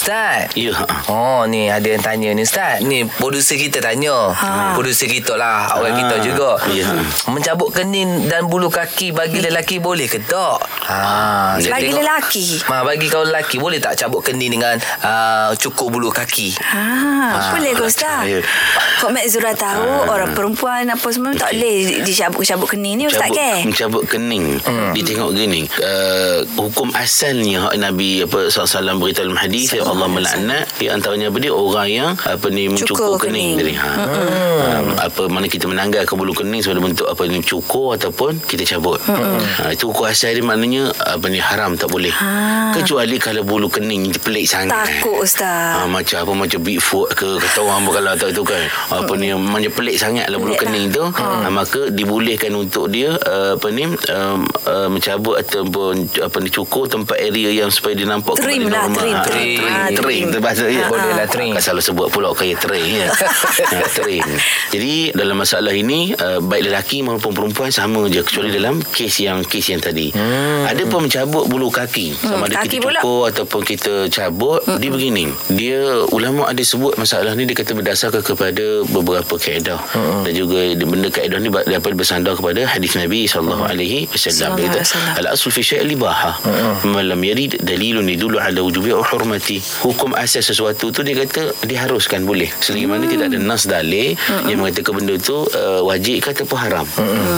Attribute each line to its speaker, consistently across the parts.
Speaker 1: Ustaz
Speaker 2: Ya.
Speaker 1: Oh ni ada yang tanya ni Ustaz Ni producer kita tanya ha. Producer kita lah Orang
Speaker 2: Ha.
Speaker 1: kita juga
Speaker 2: Ya.
Speaker 1: Mencabut kening dan bulu kaki Bagi lelaki boleh ke tak? Ha. dia
Speaker 3: Bagi
Speaker 1: tengok-
Speaker 3: lelaki.
Speaker 1: Ma, bagi kau lelaki Boleh tak cabut kening dengan uh, Cukur bulu kaki? Ah.
Speaker 3: Ha, boleh ke Ustaz?
Speaker 2: Ya.
Speaker 3: Kok Mek Zura tahu orang perempuan apa semua tak boleh dicabut-cabut kening ni Ustaz kan?
Speaker 2: Mencabut-
Speaker 3: ke?
Speaker 2: Mencabut kening hmm. Dia tengok gini uh, Hukum asalnya hak Nabi apa, SAW beritahu dalam hadis Yang Allah melaknat Di antaranya apa dia Orang yang apa ni
Speaker 3: Cukur
Speaker 2: Mencukur kening, kening.
Speaker 3: kening.
Speaker 2: Ha. Hmm. Apa mana kita menanggal ke bulu kening Sebagai bentuk apa ni Cukur ataupun Kita cabut hmm. ha, Itu hukum asal dia maknanya Apa ni haram tak boleh ha. Kecuali kalau bulu kening Pelik sangat
Speaker 3: Takut
Speaker 2: Ha,
Speaker 3: Ustaz.
Speaker 2: macam apa macam Bigfoot ke kata orang apa kalau tak itu kan apa ni macam pelik sangat lah bulu
Speaker 3: Pelik
Speaker 2: kening tu ha. maka dibolehkan untuk dia uh, apa ni um, uh, mencabut ataupun apa ni cukur tempat area yang supaya dia nampak
Speaker 3: Trim
Speaker 2: kepada
Speaker 3: lah,
Speaker 2: normal.
Speaker 3: trim,
Speaker 2: Ha,
Speaker 3: trim,
Speaker 1: ah,
Speaker 2: trim
Speaker 1: trim.
Speaker 2: trim tu bahasa dia
Speaker 1: Ha, Boleh lah, ha. trim.
Speaker 2: Kan selalu sebut pula kaya trim ya ha, trim jadi dalam masalah ini uh, baik lelaki maupun perempuan sama je kecuali dalam kes yang kes yang tadi hmm. ada pun mencabut bulu kaki sama
Speaker 3: Hmm,
Speaker 2: ada
Speaker 3: kaki
Speaker 2: kita
Speaker 3: pula. Hmm.
Speaker 2: cukur Oh, ataupun kita cabut mm-hmm. dia begini dia ulama ada sebut masalah ni dia kata berdasarkan kepada beberapa kaedah
Speaker 3: Hmm.
Speaker 2: mm-hmm. dan juga dia- benda kaedah ni ba- dapat bersandar kepada hadis Nabi sallallahu alaihi wasallam dia kata
Speaker 3: Wasallam.
Speaker 2: al aslu fi syai' libaha man lam yarid dalilun yadullu ala wujubi aw hurmati hukum asas sesuatu tu dia kata diharuskan boleh selagi mana tidak
Speaker 1: Mm.
Speaker 2: ada nas dalil yang mengatakan benda tu uh, wajib ke ataupun haram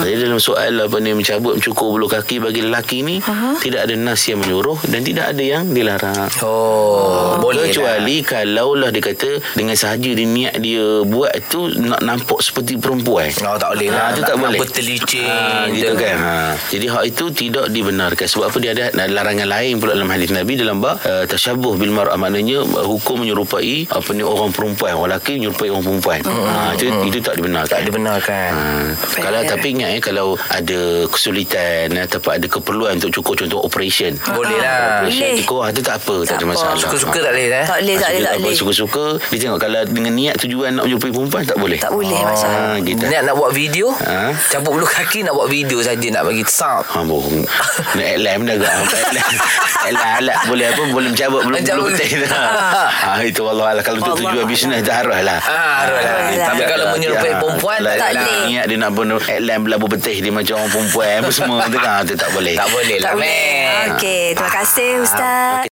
Speaker 2: jadi dalam soal apa ni mencabut mencukur bulu kaki bagi lelaki ni tidak ada nas yang menyuruh dan tidak ada yang dilarang
Speaker 1: Oh, boleh
Speaker 2: Kecuali lah. kalaulah dia kata dengan sahaja dia niat dia buat tu nak nampak seperti perempuan.
Speaker 1: lah. Oh, tak boleh lah
Speaker 2: Ha, tu tak boleh.
Speaker 1: Bertelicin
Speaker 3: Ah,
Speaker 2: Ha, gitu kan. Ha. Jadi hak itu tidak dibenarkan sebab apa dia ada larangan lain pula dalam hadis Nabi dalam bab uh, tasyabuh bil mar'ah maknanya uh, hukum menyerupai apa ni orang perempuan, orang lelaki menyerupai orang perempuan. Ha, itu, itu tak dibenarkan.
Speaker 1: Tak dibenarkan
Speaker 2: Ha.
Speaker 3: Fair.
Speaker 2: Kalau tapi ingat eh kalau ada kesulitan eh, ataupun ada keperluan untuk cukur contoh operation.
Speaker 1: Boleh lah
Speaker 2: Operation
Speaker 3: Ah, Boleh.
Speaker 2: cukur ah, tu tak apa, tak,
Speaker 3: Tak
Speaker 2: ada
Speaker 3: apa.
Speaker 2: masalah.
Speaker 1: Suka-suka tak boleh eh
Speaker 3: Tak boleh, tak boleh, tak
Speaker 2: Maksudnya
Speaker 3: boleh.
Speaker 2: Suka-suka Dia tengok Kalau dengan niat tujuan Nak menjumpai perempuan Tak boleh
Speaker 3: Tak boleh masalah.
Speaker 2: ha, Kita
Speaker 1: Niat nak buat video ha?
Speaker 2: Ha?
Speaker 1: Cabut bulu kaki Nak buat video saja Nak bagi sub
Speaker 2: Ha, bohong. Nak alam dah agak. Alat-alat boleh apa boleh mencabut belum
Speaker 1: Mencabut.
Speaker 2: belum betul. Ha itu Allah Allah kalau untuk
Speaker 3: Wallah.
Speaker 2: tujuan bisnes dah arah lah.
Speaker 1: Ah, arah lah.
Speaker 2: dia
Speaker 3: Tapi
Speaker 2: tak-
Speaker 1: kalau
Speaker 2: tak-
Speaker 1: menyerupai
Speaker 2: ah,
Speaker 1: perempuan,
Speaker 2: lah,
Speaker 3: tak
Speaker 2: dia
Speaker 3: boleh.
Speaker 2: Niat dia nak bunuh alam belabu betih dia macam orang perempuan apa semua tu kan. Ah, tu tak boleh.
Speaker 1: Tak boleh
Speaker 3: Tak
Speaker 1: lah
Speaker 3: boleh.
Speaker 1: man
Speaker 3: Okey, terima kasih Ustaz.